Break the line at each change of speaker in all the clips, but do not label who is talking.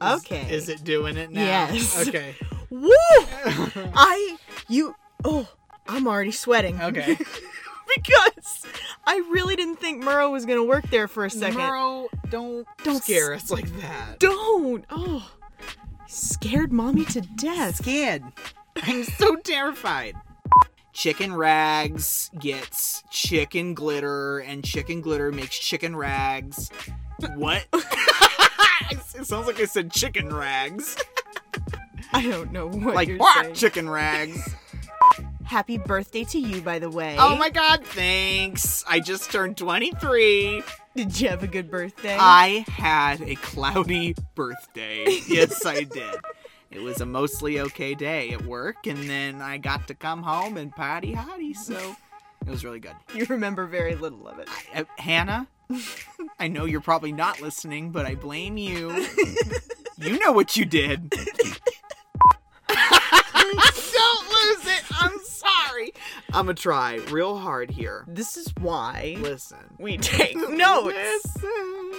Okay.
Is it doing it now?
Yes.
Okay.
Woo! I you oh, I'm already sweating.
Okay.
because I really didn't think Murrow was gonna work there for a second.
Tomorrow, don't
Don't
scare us like that.
Don't. Oh, scared mommy to death.
scared. I'm so terrified. Chicken rags gets chicken glitter, and chicken glitter makes chicken rags. What? it sounds like I said chicken rags.
I don't know what
Like
you're
what?
saying.
Chicken rags.
Happy birthday to you, by the way.
Oh my god, thanks. I just turned 23.
Did you have a good birthday?
I had a cloudy birthday. Yes, I did. It was a mostly okay day at work, and then I got to come home and potty hottie, so it was really good.
you remember very little of it.
Uh, Hannah, I know you're probably not listening, but I blame you. You know what you did. Don't lose it. I'm sorry. I'm going to try real hard here.
This is why
Listen.
we take notes.
Listen.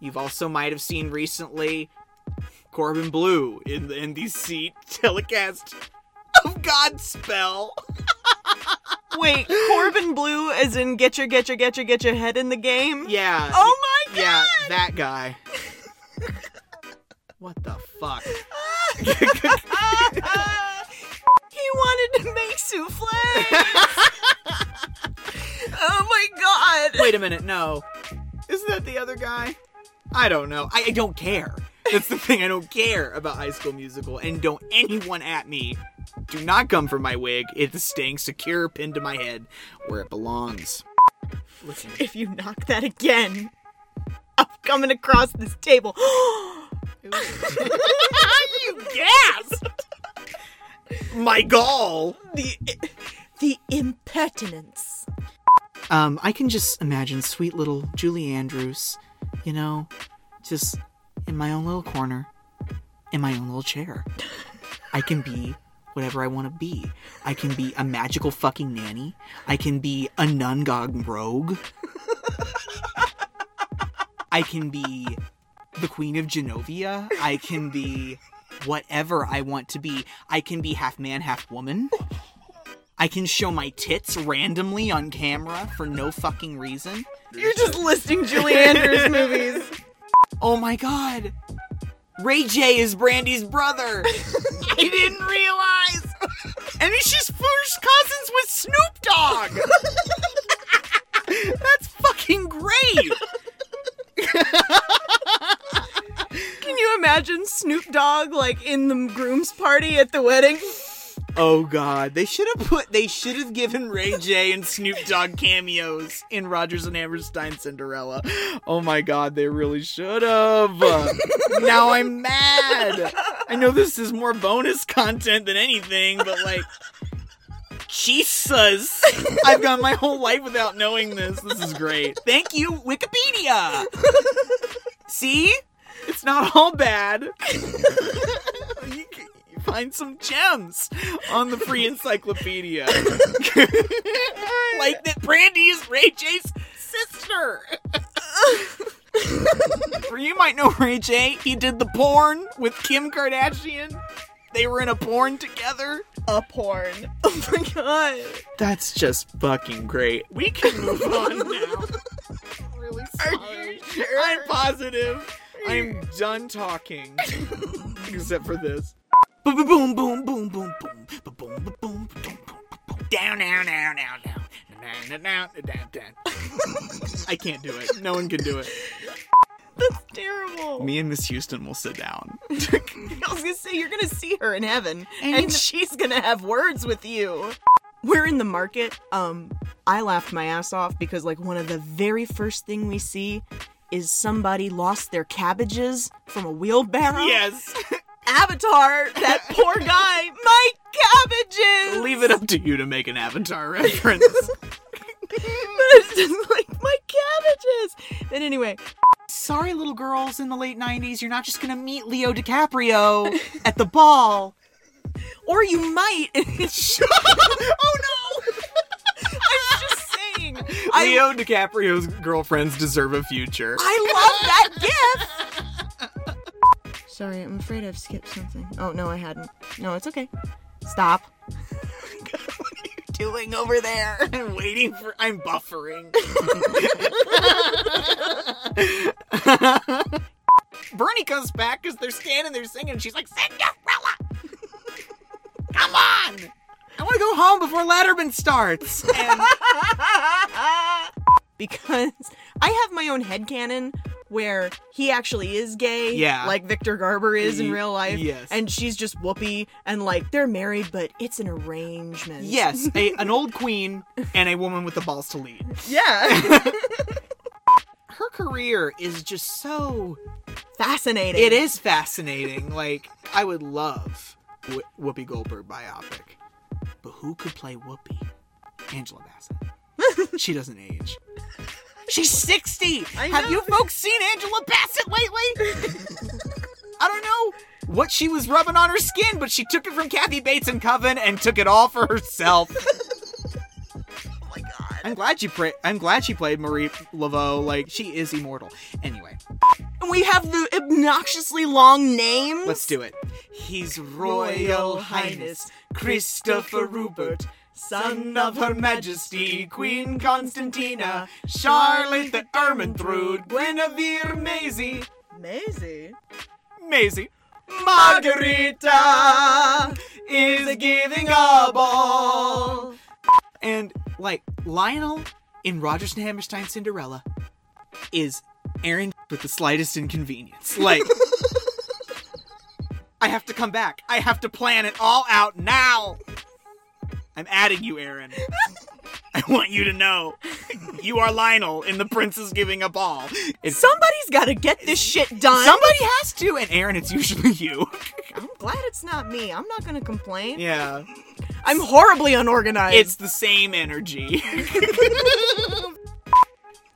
You've also might have seen recently Corbin Blue in the in the seat telecast of Godspell.
Wait, Corbin Blue as in get your get your get your get your head in the game?
Yeah.
Oh my god!
yeah, that guy. what the fuck?
he wanted to make souffle. oh my god.
Wait a minute, no. Isn't that the other guy? I don't know. I, I don't care. That's the thing. I don't care about High School Musical, and don't anyone at me. Do not come for my wig. It is staying secure, pinned to my head, where it belongs. Listen,
If you knock that again, I'm coming across this table.
you gasped. My gall.
the the impertinence.
Um, I can just imagine sweet little Julie Andrews, you know, just in my own little corner, in my own little chair. I can be whatever I want to be. I can be a magical fucking nanny. I can be a nun gog rogue. I can be the Queen of Genovia. I can be whatever I want to be. I can be half man, half woman. I can show my tits randomly on camera for no fucking reason.
You're just listing Julie Andrews movies.
Oh my god! Ray J is Brandy's brother! I didn't realize! and it's just first cousins with Snoop Dogg! That's fucking great!
Can you imagine Snoop Dogg like in the groom's party at the wedding?
Oh god, they should have put they should have given Ray J and Snoop Dogg cameos in Rogers and Hammerstein Cinderella. Oh my god, they really should have. now I'm mad. I know this is more bonus content than anything, but like Jesus. I've gone my whole life without knowing this. This is great. Thank you Wikipedia. See? It's not all bad. you can you find some gems on the free encyclopedia. like that Brandy is Ray J's sister. For you might know Ray J, he did the porn with Kim Kardashian. They were in a porn together.
A porn. Oh my god.
That's just fucking great. We can move on now. really
Are you sure?
I'm positive. I'm done talking. Except for this. Boom boom boom boom boom boom boom boom boom boom boom boom down down down down down down down down down. I can't do it. No one can do it.
That's terrible.
Me and Miss Houston will sit down.
I was gonna say you're gonna see her in heaven,
And
and,
you know-
she's gonna have words with you. We're in the market. Um, I laughed my ass off because like one of the very first thing we see is somebody lost their cabbages from a wheelbarrow.
yes.
Avatar, that poor guy, my cabbages.
Leave it up to you to make an avatar reference.
it's just like my cabbages. But anyway,
Sorry, little girls in the late 90s, you're not just gonna meet Leo DiCaprio at the ball.
or you might.
oh
I'm just saying.
no!
I-
Leo DiCaprio's girlfriends deserve a future.
I love that gift. Sorry, I'm afraid I've skipped something. Oh, no, I hadn't. No, it's okay. Stop. what are you doing over there?
I'm waiting for. I'm buffering. Bernie comes back because they're standing there singing. She's like, Cinderella! Come on! I want to go home before Letterman starts. And
because I have my own headcanon where he actually is gay,
Yeah.
like Victor Garber is in
Y-
real life,
yes.
and she's just whoopee, and like they're married, but it's an arrangement.
yes, a, an old queen and a woman with the balls to lead.
yeah,
Her career is just so.
fascinating.
It is fascinating. like, I would love Wh- Whoopi Goldberg biopic. But who could play Whoopi? Angela Bassett. she doesn't age. She's 60.
I
Have
know.
you folks seen Angela Bassett lately? I don't know what she was rubbing on her skin, but she took it from Kathy Bates and Coven and took it all for herself.
Oh my god.
I'm glad she pra- I'm glad she played Marie Laveau. Like she is immortal. Anyway,
And we have the obnoxiously long names.
let's do it. His Royal Highness Christopher Rupert, son of Her Majesty Queen Constantina, Charlotte the Ermintrude, Guinevere Maisie,
Maisie.
Maisie. Margarita is giving a ball. And like Lionel in Rodgers and Hammerstein Cinderella is Aaron with the slightest inconvenience. Like I have to come back. I have to plan it all out now. I'm adding you, Aaron. I want you to know you are Lionel in The Prince is Giving a Ball. It's,
Somebody's got to get this shit done.
somebody has to, and Aaron, it's usually you.
I'm glad it's not me. I'm not going to complain.
yeah.
I'm horribly unorganized.
It's the same energy.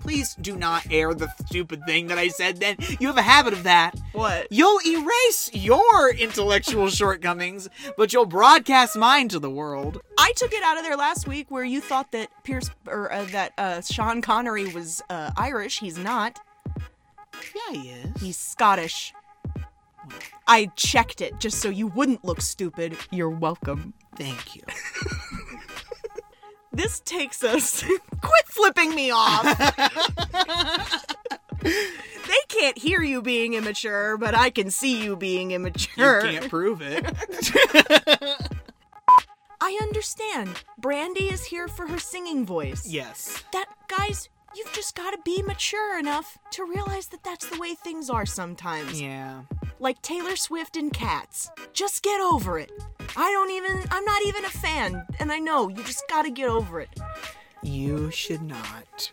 Please do not air the stupid thing that I said then. You have a habit of that.
what?
You'll erase your intellectual shortcomings, but you'll broadcast mine to the world.
I took it out of there last week where you thought that Pierce or uh, that uh, Sean Connery was uh, Irish. He's not.
Yeah, he is.
He's Scottish. I checked it just so you wouldn't look stupid. You're welcome.
Thank you.
This takes us. Quit flipping me off. they can't hear you being immature, but I can see you being immature.
You can't prove it.
I understand. Brandy is here for her singing voice.
yes.
that guys you've just got to be mature enough to realize that that's the way things are sometimes
Yeah.
like taylor swift and cats just get over it i don't even i'm not even a fan and i know you just got to get over it
You should not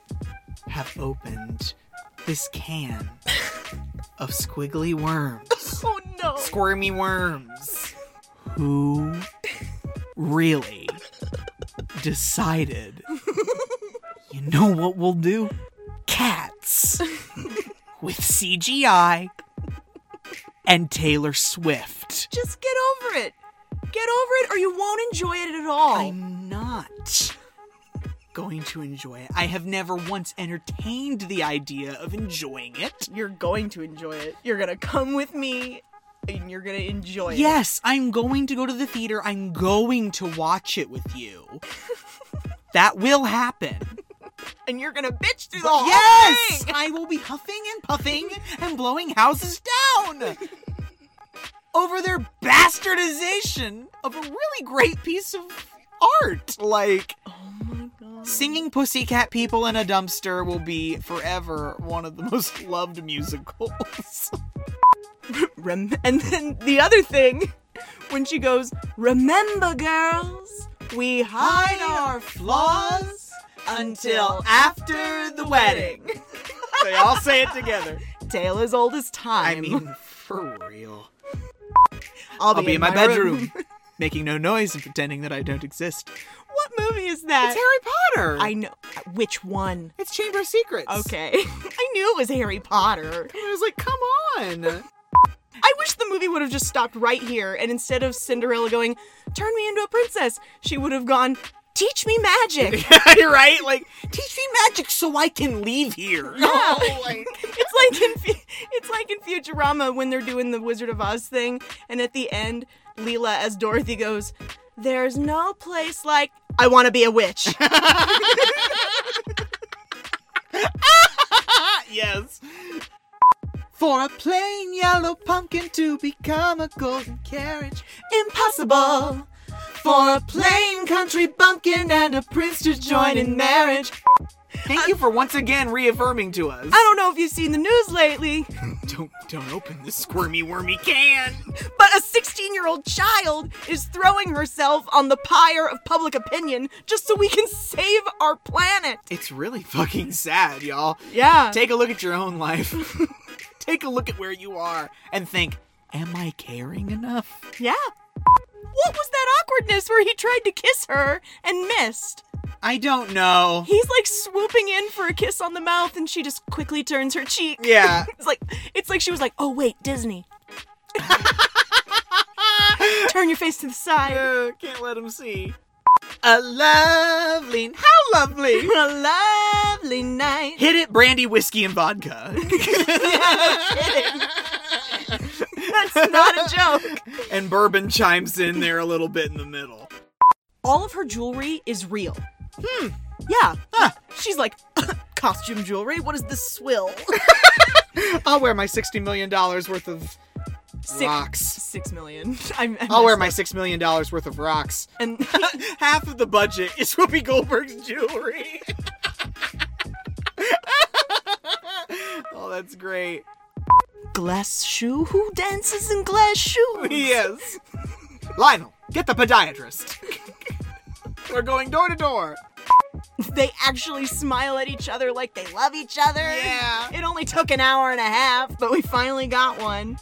have opened this can of squiggly worms.
oh no
squirmy worms who really decided you know what we'll do cats with cgi and taylor swift
just get over it get over it or you won't enjoy it at all
i'm not going to enjoy it i have never once entertained the idea of enjoying it
you're going to enjoy it you're gonna come with me and you're gonna enjoy it
Yes, I'm going to go to the theater. I'm going to watch it with you. that will happen.
and you're gonna bitch through the whole thing.
Yes! I will be huffing and puffing and blowing houses down over their bastardization of a really great piece of art. Like,
oh my god
singing Pussycat People in a Dumpster will be forever one of the most loved musicals.
Rem- and then the other thing, when she goes, Remember, girls, we hide our flaws until
after the
wedding.
they all say it together.
Tale as old as time.
I mean, for real.
I'll,
I'll be in my bedroom,
room.
making no noise and pretending that I don't exist.
what movie is that?
Harry Potter.
I know. Which one?
It's Chamber of Secrets.
Okay. I knew it was Harry Potter.
I was like, come on.
I wish the movie would have just stopped right here, and instead of Cinderella going, Turn me into a princess, she would have gone, teach me magic.
right? Like, teach me magic so I can leave here. Oh
Yeah.
No, like,
it's like in, Fu- it's like in Futurama when they're doing the Wizard of Oz thing, and at the end, Leela as Dorothy goes, "There's no place like I want to be a witch."
yes. For a plain yellow pumpkin to become a golden carriage, impossible. For a plain country bumpkin and a prince to join in marriage. Thank you for once again reaffirming to us.
I don't know if you've seen the news lately,
Don't don't open this squirmy wormy can.
but a 16-year-old child is throwing herself on the pyre of public opinion just so we can save our planet.
It's really fucking sad, y'all.
Yeah.
Take a look at your own life. Take a look at where you are and think, am I caring enough?
yeah. What was that awkwardness where he tried to kiss her and missed?
I don't know.
He's like swooping in for a kiss on the mouth, and she just quickly turns her cheek.
Yeah.
It's like it's like she was like, "Oh wait, Disney." Turn your face to the side.
Uh, can't let him see. A lovely, how lovely.
A lovely night.
Hit it, brandy, whiskey, and vodka.
That's not a joke.
and bourbon chimes in there a little bit in the middle.
All of her jewelry is real. Hmm. Yeah. She's like, costume jewelry. What is this swill?
I'll wear my $60 million worth of
Six,
rocks.
six million. I'm, I'm
I'll wear my $6 million worth of rocks.
And
Half of the budget is Whoopi Goldberg's jewelry. oh, that's great.
glass shoe. Who dances in glass shoes?
Yes. Lionel, get the podiatrist. We're going door to door.
they actually smile at each other like they love each other.
Yeah.
It only took an hour and a half, but we finally got one.